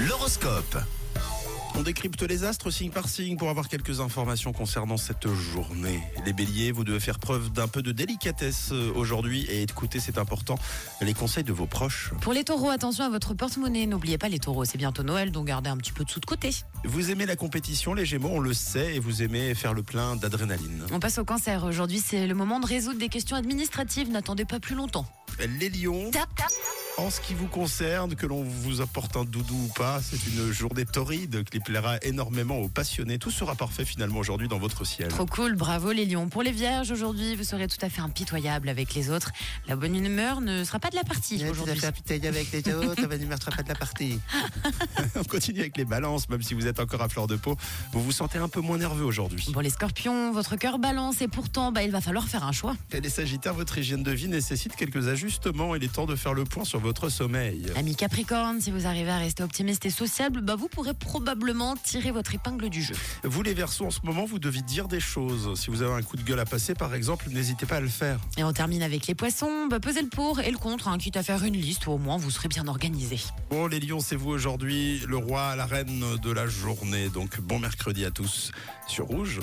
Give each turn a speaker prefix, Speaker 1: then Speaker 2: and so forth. Speaker 1: L'horoscope. On décrypte les astres signe par signe pour avoir quelques informations concernant cette journée. Les béliers, vous devez faire preuve d'un peu de délicatesse euh, aujourd'hui et écouter, c'est important, les conseils de vos proches.
Speaker 2: Pour les taureaux, attention à votre porte-monnaie. N'oubliez pas les taureaux, c'est bientôt Noël, donc gardez un petit peu de sous de côté.
Speaker 1: Vous aimez la compétition, les gémeaux, on le sait, et vous aimez faire le plein d'adrénaline.
Speaker 2: On passe au cancer. Aujourd'hui, c'est le moment de résoudre des questions administratives. N'attendez pas plus longtemps.
Speaker 1: Les lions, en ce qui vous concerne, que l'on vous apporte un doudou ou pas, c'est une journée torride qui plaira énormément aux passionnés. Tout sera parfait finalement aujourd'hui dans votre ciel.
Speaker 2: Trop cool, bravo les lions. Pour les vierges, aujourd'hui, vous serez tout à fait impitoyable avec les autres. La bonne humeur ne sera pas de la
Speaker 3: Eh,
Speaker 2: partie aujourd'hui.
Speaker 3: avec les autres, ça va ne marchera pas de la partie.
Speaker 1: On continue avec les balances, même si vous êtes encore à fleur de peau, vous vous sentez un peu moins nerveux aujourd'hui.
Speaker 2: Pour les scorpions, votre cœur balance et pourtant, bah, il va falloir faire un choix.
Speaker 1: Et les Sagittaires, votre hygiène de vie nécessite quelques ajustements. Il est temps de faire le point sur votre sommeil.
Speaker 2: Amis Capricorne, si vous arrivez à rester optimiste et sociable, bah, vous pourrez probablement tirer votre épingle du jeu.
Speaker 1: Vous les Verseaux, en ce moment, vous devez dire des choses. Si vous avez un coup de gueule à passer, par exemple, n'hésitez pas à le faire.
Speaker 2: Et on termine avec les poissons. Bah, pesez le pour et le contre, hein, quitte à faire une liste, ou au moins vous serez bien organisé.
Speaker 1: Bon, les Lions, c'est vous aujourd'hui, le roi, la reine de la journée. Donc, bon mercredi à tous sur Rouge.